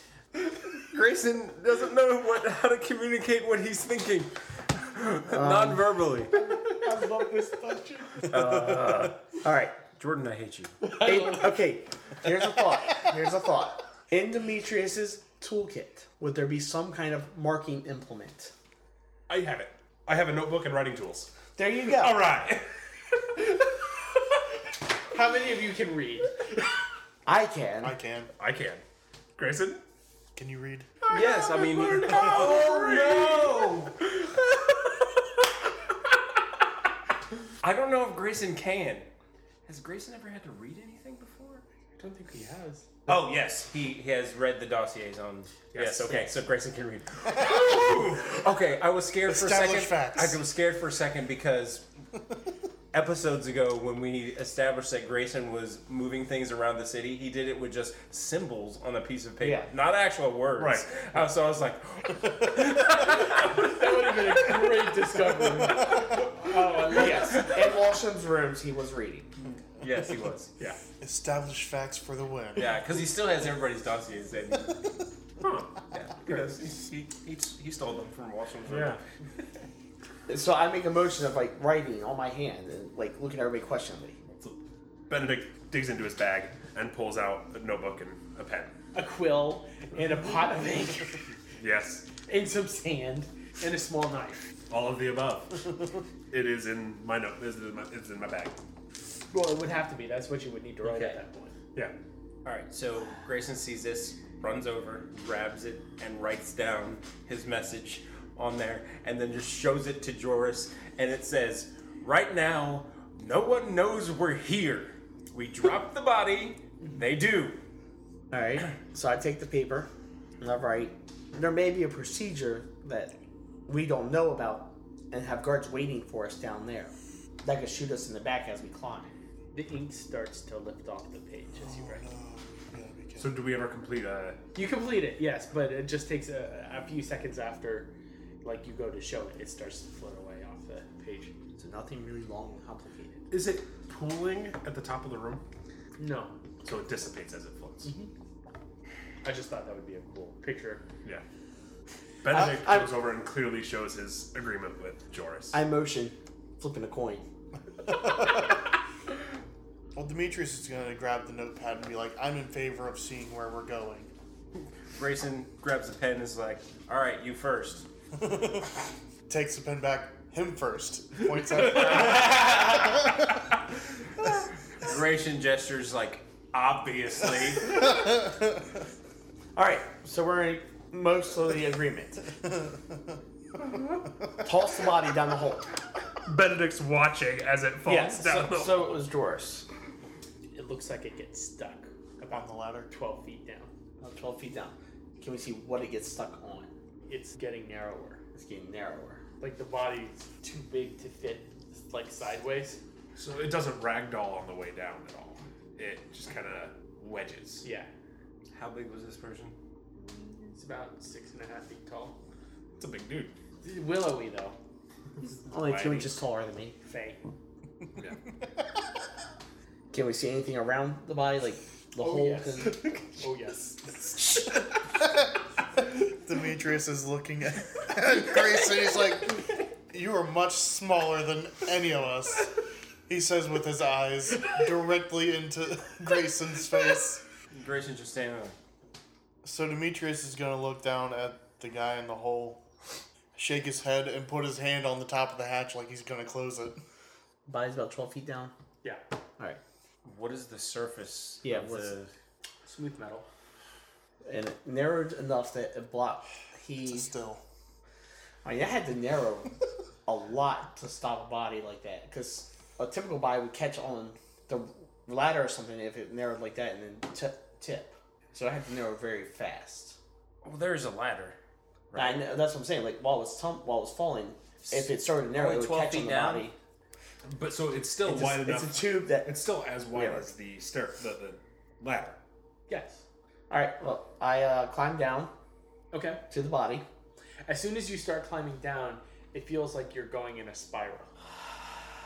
D: [laughs] Grayson doesn't know what how to communicate what he's thinking, [laughs] Um, non-verbally.
C: I love this dungeon. Uh, all right.
D: Jordan, I hate you.
C: [laughs] In- okay, here's a thought. Here's a thought. In Demetrius's toolkit, would there be some kind of marking implement?
B: I have it. I have a notebook and writing tools.
C: There you go.
B: All
D: [laughs]
B: right.
G: How many of you can read?
C: I can.
E: I can.
B: I can. Grayson.
E: Can you read?
D: Yes, I mean.
B: Oh no!
D: [laughs] I don't know if Grayson can. Has Grayson ever had to read anything before?
G: I don't think he has.
D: Oh yes, he, he has read the dossiers on. Yes. okay, so Grayson can read. okay, I was scared for a second.
E: Established facts.
D: I was scared for a second because episodes ago when we established that Grayson was moving things around the city, he did it with just symbols on a piece of paper,
C: Yeah.
D: not actual words.
B: Right.
D: [laughs] Uh, so I was like,
G: That would have been a great discovery. Oh,
C: Yes. [laughs] In Walsham's rooms, he was reading.
D: yes, he
B: [laughs]
D: was.
B: Yeah.
E: Established facts for the win.
D: Yeah, because he still has everybody's dossiers. That he,
B: Huh.
D: yeah, [laughs] he, does. He, he, he, he stole them from Washington.
B: Yeah.
C: So I make a motion of like writing on my hand and like looking at everybody questioningly.
B: So Benedict digs into his bag and pulls out a notebook and a pen.
G: a quill and a pot of
C: [laughs]
G: ink
B: Yes.
G: and some sand and a small knife.
B: All of the
D: [laughs]
B: above. it is in my note. It's in my, it's in my bag.
G: Well, it would have to be. That's what you would need to write at that point.
B: Yeah.
D: All right, so Grayson sees this, runs over, grabs it, and writes down his message on there, and then just shows it to Joris, and it says, "Right now, no one knows we're here. We dropped the body. They do.
C: All right. So I take the paper and I write. There may be a procedure that we don't know about and have guards waiting for us down there that could shoot us in the back as we climb.
G: The ink starts to lift off the page as you write.
B: So do we ever complete a?
G: You complete it, yes, but it just takes a, a few seconds after, like you go to show it, it starts to float away off the page.
C: So nothing really long and complicated.
B: Is it pooling at the top of the room?
G: No,
B: So it dissipates as it floats.
C: Mm-hmm.
G: I just thought that would be a cool picture.
B: Yeah. Benedict
C: I- I-
B: comes over and clearly shows his agreement with Joris.
C: I motion, flipping a coin.
E: Well, Demetrius is going to grab the notepad and be like, "I'm in favor of seeing where we're going."
D: Grayson grabs the pen and is like, "All right, you first.
E: Takes the pen back. Him first. Points
D: [laughs]
E: out.
D: Grayson gestures like, "Obviously."
C: All right. So we're in mostly agreement. Toss the body down the hole.
B: Benedict's watching as it falls
C: Yes.
B: down.
C: [laughs] So,
B: the-
C: so it was Doris.
G: It looks like it gets stuck
E: on
G: about
E: the ladder.
G: 12 feet down.
C: About 12 feet down. Can we see what it gets stuck on?
G: It's getting narrower.
C: It's getting narrower.
G: Like the body's too big to fit, like sideways.
B: So it doesn't ragdoll on the way down at all. It just kind of wedges.
G: Yeah,
D: How big was this person?
G: it's about six and a half feet tall.
B: It's a big dude.
G: Willowy though.
C: Only two
B: Mighty.
C: inches taller than me.
G: Faye.
C: Can we see anything around the body, like the hole?
G: yes.
C: can-
G: Oh [laughs] yes.
E: Demetrius is looking at [laughs] at Grace and he's like, You are much smaller than any of us. He says with his eyes directly into Grayson's face.
D: Grayson's just standing there.
E: So Demetrius is gonna look down at the guy in the hole, shake his head, and put his hand on the top of the hatch like he's gonna close it.
C: Body's about twelve feet down.
G: Yeah.
C: All right,
D: What is the surface?
C: Yeah,
D: Of
C: what's-
D: the...
G: Smooth metal.
C: and it narrowed enough that it blocked. He,
E: Still.
C: I mean, that had to narrow a lot to stop a body like that, because a typical body would catch on the ladder or something if it narrowed like that, and then tip, tip. So it had to narrow very fast.
D: Well, there's a ladder.
C: I know, that's what I'm saying. Like while it's tump, while it's falling, if it started to narrow,
D: Only
C: it would
D: 12
C: catch
D: feet
C: on the
D: down?
C: body.
B: But so it's still
C: It's
B: wide
C: a,
B: enough.
C: it's a tube that
B: It's still as wide
C: Yeah.
B: as the stair, the, the ladder.
G: Yes.
C: All right. Well, I uh, climb down
G: Okay.
C: to the body.
G: As soon as you start climbing down, it feels like you're going in a spiral.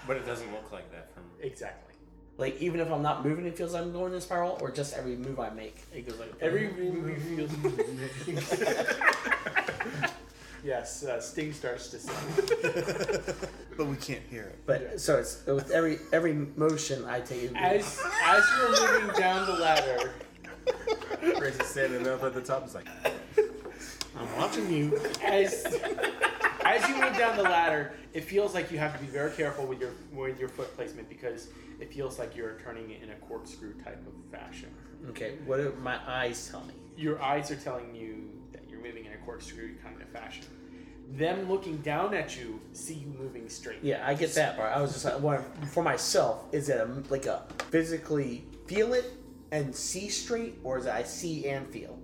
D: But it doesn't look like that from.
G: Exactly.
C: Like even if I'm not moving, it feels like I'm going in a spiral, or just every move I make, it goes like
G: [laughs] Every movie feels. [laughs] yes, uh, Sting starts to sing.
E: But we can't hear it.
C: But so it's with every every motion I take. It
G: As as you're moving down the ladder,
D: Grayson's standing up at the top. It's like
E: I'm watching you.
G: as as you move down the ladder, it feels like you have to be very careful with your with your foot placement because it feels like you're turning it in a corkscrew type of fashion.
C: okay, what do my eyes tell me?
G: Your eyes are telling you that you're moving in a corkscrew kind of fashion. Them looking down at you see you moving straight.
C: Yeah, I get that part. I was just like, well, for myself, is it a, like a physically feel it and see straight, or is it I see and feel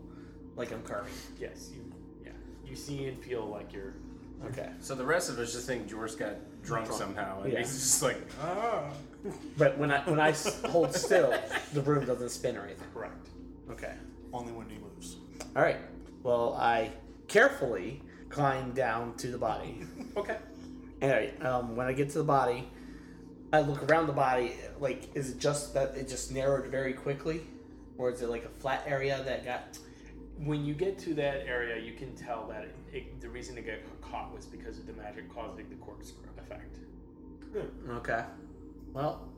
C: like I'm curving?
G: Yes, you. Yeah, you see and feel like you're.
C: Okay,
D: so. The rest of us just think Joris got drunk, somehow, and
C: Yeah.
D: he's just like,
C: but when I when I s- hold still, the room doesn't spin or anything.
G: Correct.
C: Okay.
E: Only when he moves.
C: All right. Well, I carefully climb down to the body.
G: Okay.
C: All right. Um, when I get to the body, I look around the body. Like, is it just that it just narrowed very quickly, or is it like a flat area that got?
G: When you get to that area, you can tell that it, it, the reason it got caught was because of the magic causing the corkscrew effect.
C: Okay. Well,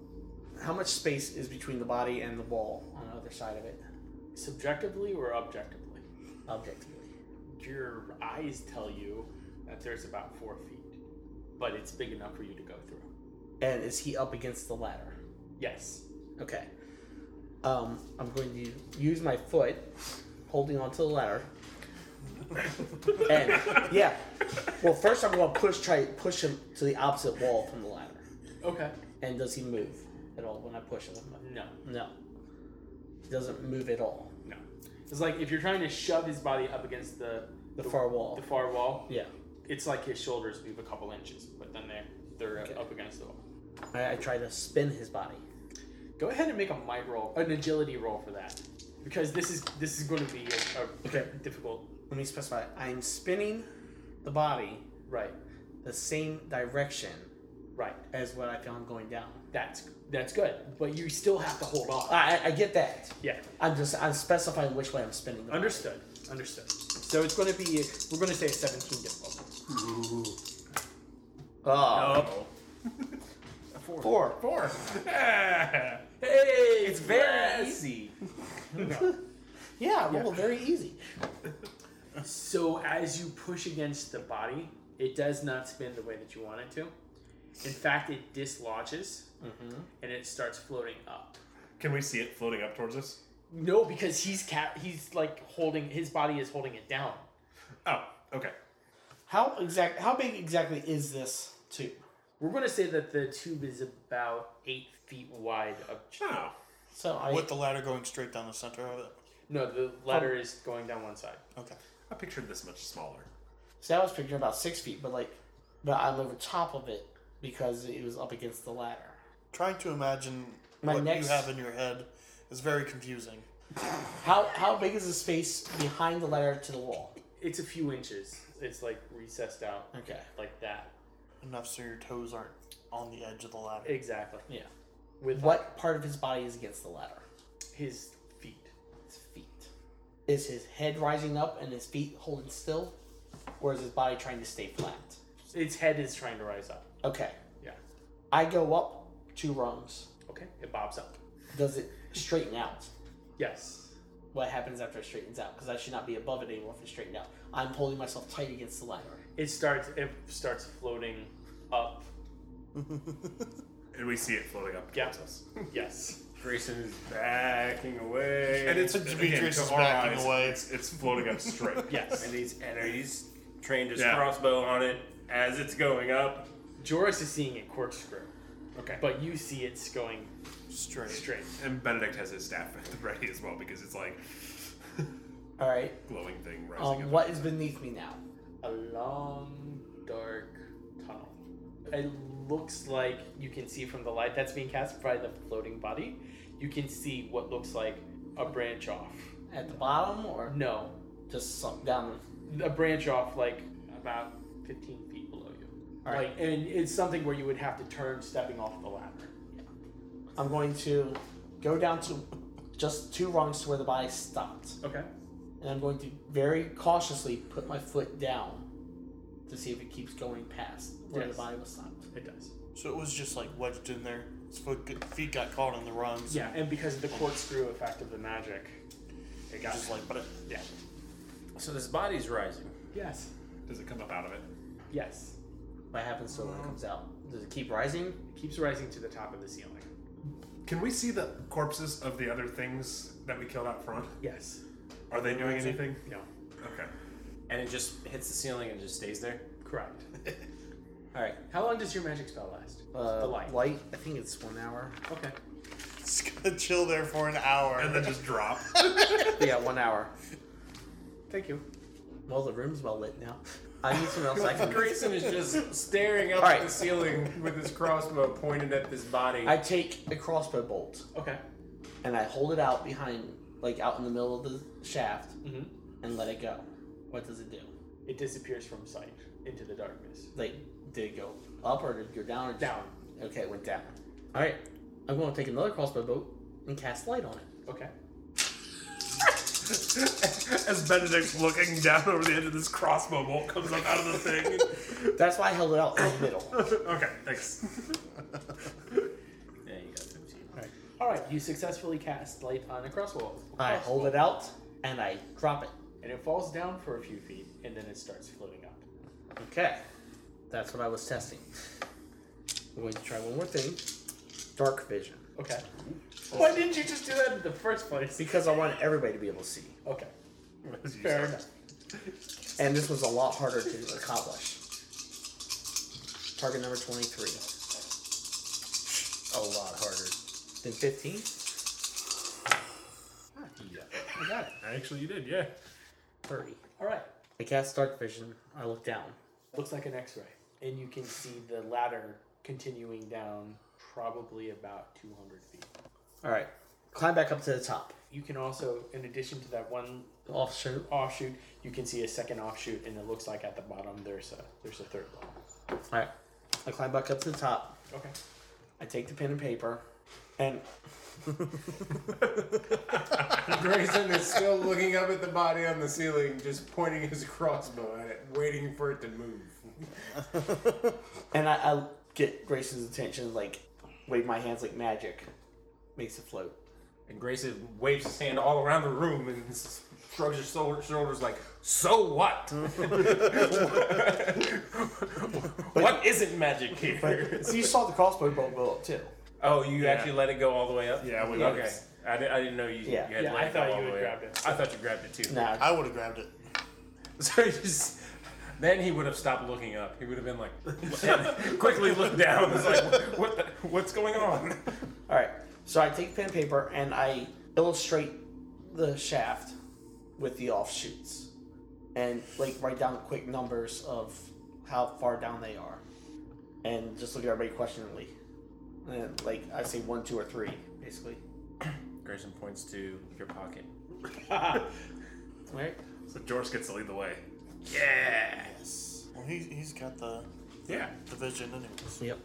C: how much space is between the body and the wall on the other side of it,
G: Subjectively or objectively?
C: objectively?
G: Your eyes tell you that there's about four feet, but it's big enough for you to go through.
C: And is he up against the ladder?
G: Yes.
C: Okay. Um, I'm going to use my foot, holding onto the ladder. and yeah, well, first I'm going to push try push him to the opposite wall from the ladder.
G: Okay.
C: And does he move at all when I push him?
G: No.
C: No, he doesn't move at all.
G: No. It's like if you're trying to shove his body up against the
C: The far wall.
G: the far wall,
C: Yeah,
G: it's like his shoulders move a couple inches, but then they're they're up against the wall.
C: I, I try to spin his body.
G: Go ahead and make a might roll, an agility roll for that, because this is this is going to be a, a
C: Okay.
G: difficult.
C: Let me specify. I'm spinning the body
G: Right,
C: the same direction
G: right.
C: as what I found going down.
G: That's that's good, but you still have to hold on.
C: I, I- I get that.
G: Yeah,
C: I'm just I'm specifying which way I'm spinning. The body.
G: understood, understood. So it's going to be we're going to say a seventeen difficulty.
C: Oh,
D: four.
C: four.
D: Four.
G: Hey,
D: It's
G: it's
D: very easy.
C: Yeah, well, very easy.
G: so as you push against the body, it does not spin the way that you want it to. In fact, it dislodges and it starts floating up.
B: Can we see it floating up towards us?
G: No, because he's cat. He's like holding his body is holding it down.
B: Oh, okay.
C: How exact? How big exactly is this tube?
G: We're going to say that the tube is about eight feet wide. Of
B: Oh,
C: So I
E: With the ladder going straight down the center of it.
G: no, the ladder is going down one side.
E: Okay.
B: I pictured this much smaller.
C: see. I was figuring about six feet, but like, but I'm over top of it because it was up against the ladder.
E: Trying to imagine
C: My
E: what
C: next-
E: you have in your head is very confusing.
C: How how big is the space behind the ladder to the wall?
G: It's a few inches. it's like recessed out.
C: Okay.
G: Like that.
E: Enough so your toes aren't on the edge of the ladder.
G: Exactly.
C: Yeah.
G: With
C: what part of his body is against the ladder?
G: His feet.
C: His feet. Is his head rising up and his feet holding still, or is his body trying to stay flat?
G: Its head is trying to rise up.
C: Okay.
G: Yeah.
C: I go up two rungs.
G: Okay. It bobs up.
C: Does it straighten out?
G: Yes.
C: What happens after it straightens out? Because I should not be above it anymore if it's straightened out. I'm holding myself tight against the ladder.
G: It starts. It starts floating up.
B: and we see it floating up
G: Yeah. Yes.
D: Grayson is backing away.
B: And it's
E: Demetrius
B: again,
E: is
B: to our
E: backing
B: eyes,
E: away.
B: It's, it's floating up straight. [laughs]
G: Yes.
D: [laughs] and he's and he's trained his
B: Yeah.
D: crossbow on it as it's going up.
G: Joris is seeing it corkscrew,
B: Okay.
G: but you see it's going
E: Straight.
G: straight.
B: and Benedict has his staff at the ready as well because it's like
C: All right.
B: glowing thing rising up.
C: Um, what is beneath me now?
G: A long, dark tunnel. It looks like you can see from the light that's being cast by the floating body. You can see what looks like a branch off.
C: At the bottom, or
G: No,
C: just some down?
G: a branch off like about 15 feet below you.
C: All right.
G: Like, and it's something where you would have to turn stepping off the ladder.
C: I'm going to go down to just two rungs to where the body stopped,
G: Okay.
C: and I'm going to very cautiously put my foot down to see if it keeps going past where
G: Yes.
C: the body was stopped.
G: It does.
E: So it was just like wedged in there. His foot, g- feet got caught on the rungs.
G: Yeah, and because of the corkscrew effect of the magic, it got
E: Just like, but it,
G: yeah.
D: So this body's rising.
G: Yes.
B: Does it come up out of it?
G: Yes.
C: What happens to it
G: Mm-hmm.
C: when it comes out? Does it keep rising?
G: It keeps rising to the top of the ceiling.
B: Can we see the corpses of the other things that we killed out front?
G: Yes.
B: Are they doing anything?
G: No.
B: Okay.
D: And it just hits the ceiling and just stays there.
G: [laughs] Correct.
C: All right.
G: How long does your magic spell last?
C: Uh,
G: the light.
C: Light. I think it's one hour.
G: Okay.
E: [laughs] it's gonna chill there for an hour.
B: And then just [laughs] drop.
C: yeah, one hour.
G: Thank you.
C: Well, the room's well lit now. I need something else I
G: [laughs]
C: can.
D: Grayson is just staring up
C: All
D: at
C: right.
D: the ceiling with his crossbow pointed at this body.
C: I take a crossbow bolt
G: Okay.
C: and I hold it out behind, like out in the middle of the shaft,
G: hmm
C: and let it go. Mm-hmm. What does it do?
G: It disappears from sight into the darkness.
C: Like, did it go up or did it go down? Or just-
G: Down.
C: Okay, it went down. All right, I'm going to take another crossbow bolt and cast light on it.
G: Okay.
B: As Benedict's looking down over the edge of this crossbow bolt comes up out of the thing.
C: That's why I held it out in the middle.
B: [laughs] okay, thanks.
D: yeah, you got 15.
G: All right. You successfully cast light on a crossbow.
C: I hold it out and I drop it.
G: and it falls down for a few feet, and then it starts floating up.
C: Okay, that's what I was testing. I'm going to try one more thing. Dark vision,
G: Okay. Why didn't you just do that in the first place?
C: because I want everybody to be able to see.
G: Okay.
B: As you
G: Fair
B: said.
G: enough.
C: And this was a lot harder to accomplish. Target number 23.
D: A lot harder.
C: Then 15. I got it.
B: Actually, you did, yeah.
C: 30.
G: All right.
C: I cast dark vision. I look down.
G: Looks like an X-ray, and you can see the ladder continuing down, probably about 200 feet.
C: All right. Climb back up to the top.
G: You can also, in addition to that one
C: Officer.
G: offshoot, you can see a second offshoot, and it looks like at the bottom there's a there's a third level.
C: All right. I climb back up to the top.
G: Okay.
C: I take the pen and paper. And
D: Grayson is still looking up at the body on the ceiling, just pointing his crossbow at it, waiting for it to move.
C: and I, I get Grayson's attention, like, wave my hands like magic. Makes it float.
D: And Grayson waves his hand all around the room and s- shrugs his shoul- shoulders like,
B: [laughs]
D: "So what? [laughs] what isn't magic here?"
C: So you saw the crossbow bolt go up too.
D: Oh, you actually let it go all the way up?
B: Yeah, we
D: Okay. I, di- I didn't know you,
C: Yeah.
D: you had
G: Yeah,
D: let
G: I
D: it
G: thought
D: go
G: you
D: all
G: had
D: the way up.
G: grabbed
D: I thought you grabbed it too.
C: Nah,
E: I would have grabbed it.
D: [laughs] So he just then he would have stopped looking up. He would have been like, [laughs] and quickly looked down. It's like, what? The, what's going on?
C: All right. So I take pen and paper and I illustrate the shaft with the offshoots, and like write down quick numbers of how far down they are, and just look at everybody questioningly. And like I say one, two, or three, basically.
D: Grayson points to your pocket.
C: All right.
B: So Joris gets to lead the way. Yes.
E: Well, he, he's got the
B: Yeah.
E: the vision anyways.
K: Yep.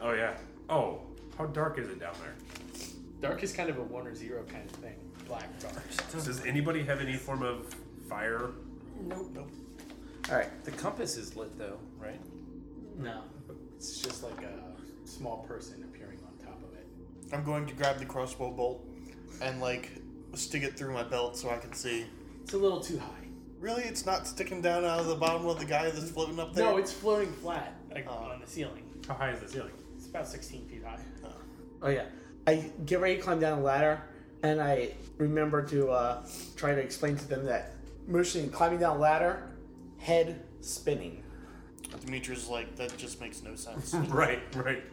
B: Oh yeah. Oh, how dark is it down there?
F: Dark is kind of a one or zero kind of thing. Black dark.
B: Does anybody have any form of fire?
D: Nope. Nope.
C: All right.
D: The compass is lit though, right?
F: No, it's just like a small person appearing on top of it.
E: I'm going to grab the crossbow bolt and like stick it through my belt so I can see.
F: It's a little too high.
E: Really, it's not sticking down out of the bottom of the guy that's floating up there.
F: No, it's floating flat like,
G: uh,
E: Oh.
F: on the ceiling.
B: How high is the ceiling?
F: It's about 16 feet high.
C: Oh yeah. I get ready to climb down a ladder, and I remember to uh, try to explain to them that motion climbing down a ladder, head spinning.
E: Demetrius like that just makes no
B: [laughs]
E: sense.
B: Right, right.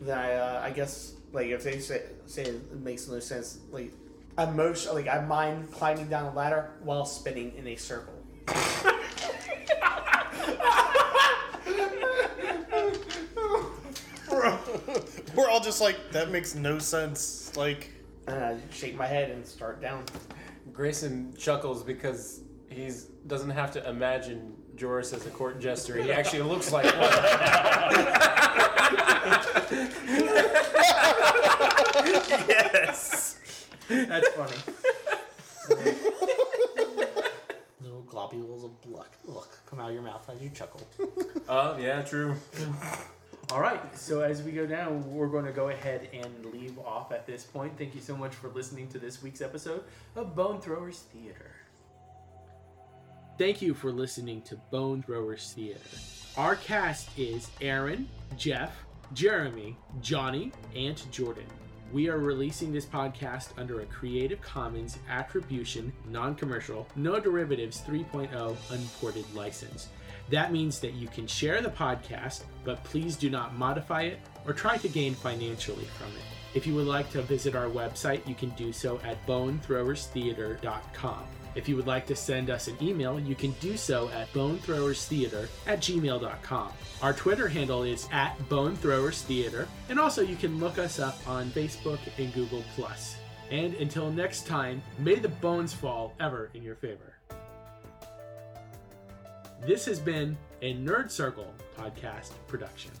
C: Then I, uh, I guess like if they say, say it makes no sense, like I motion like I mind climbing down a ladder while spinning in a circle.
E: [laughs] We're all just like that makes no sense. Like
C: And I shake my head and start down.
D: Grayson chuckles because he's doesn't have to imagine Joris as a court jester. He actually looks like one.
B: yes.
F: That's funny.
C: Little globules of blood look come out of your mouth as you chuckle.
D: Oh yeah, true.
F: All right, so as we go down, we're going to go ahead and leave off at this point. Thank you so much for listening to this week's episode of Bone Throwers Theater. Thank you for listening to Bone Throwers Theater. Our cast is Aaron, Jeff, Jeremy, Johnny, and Jordan. We are releasing this podcast under a Creative Commons Attribution, Non Commercial, No Derivatives 3.0 Unported license. That means that you can share the podcast, but please do not modify it or try to gain financially from it. If you would like to visit our website, you can do so at bonethrowerstheater.com. If you would like to send us an email, you can do so at bonethrowerstheater at gmail.com. Our Twitter handle is at bonethrowerstheater, and also you can look us up on Facebook and Google. And until next time, may the bones fall ever in your favor. This has been a Nerd Circle podcast production.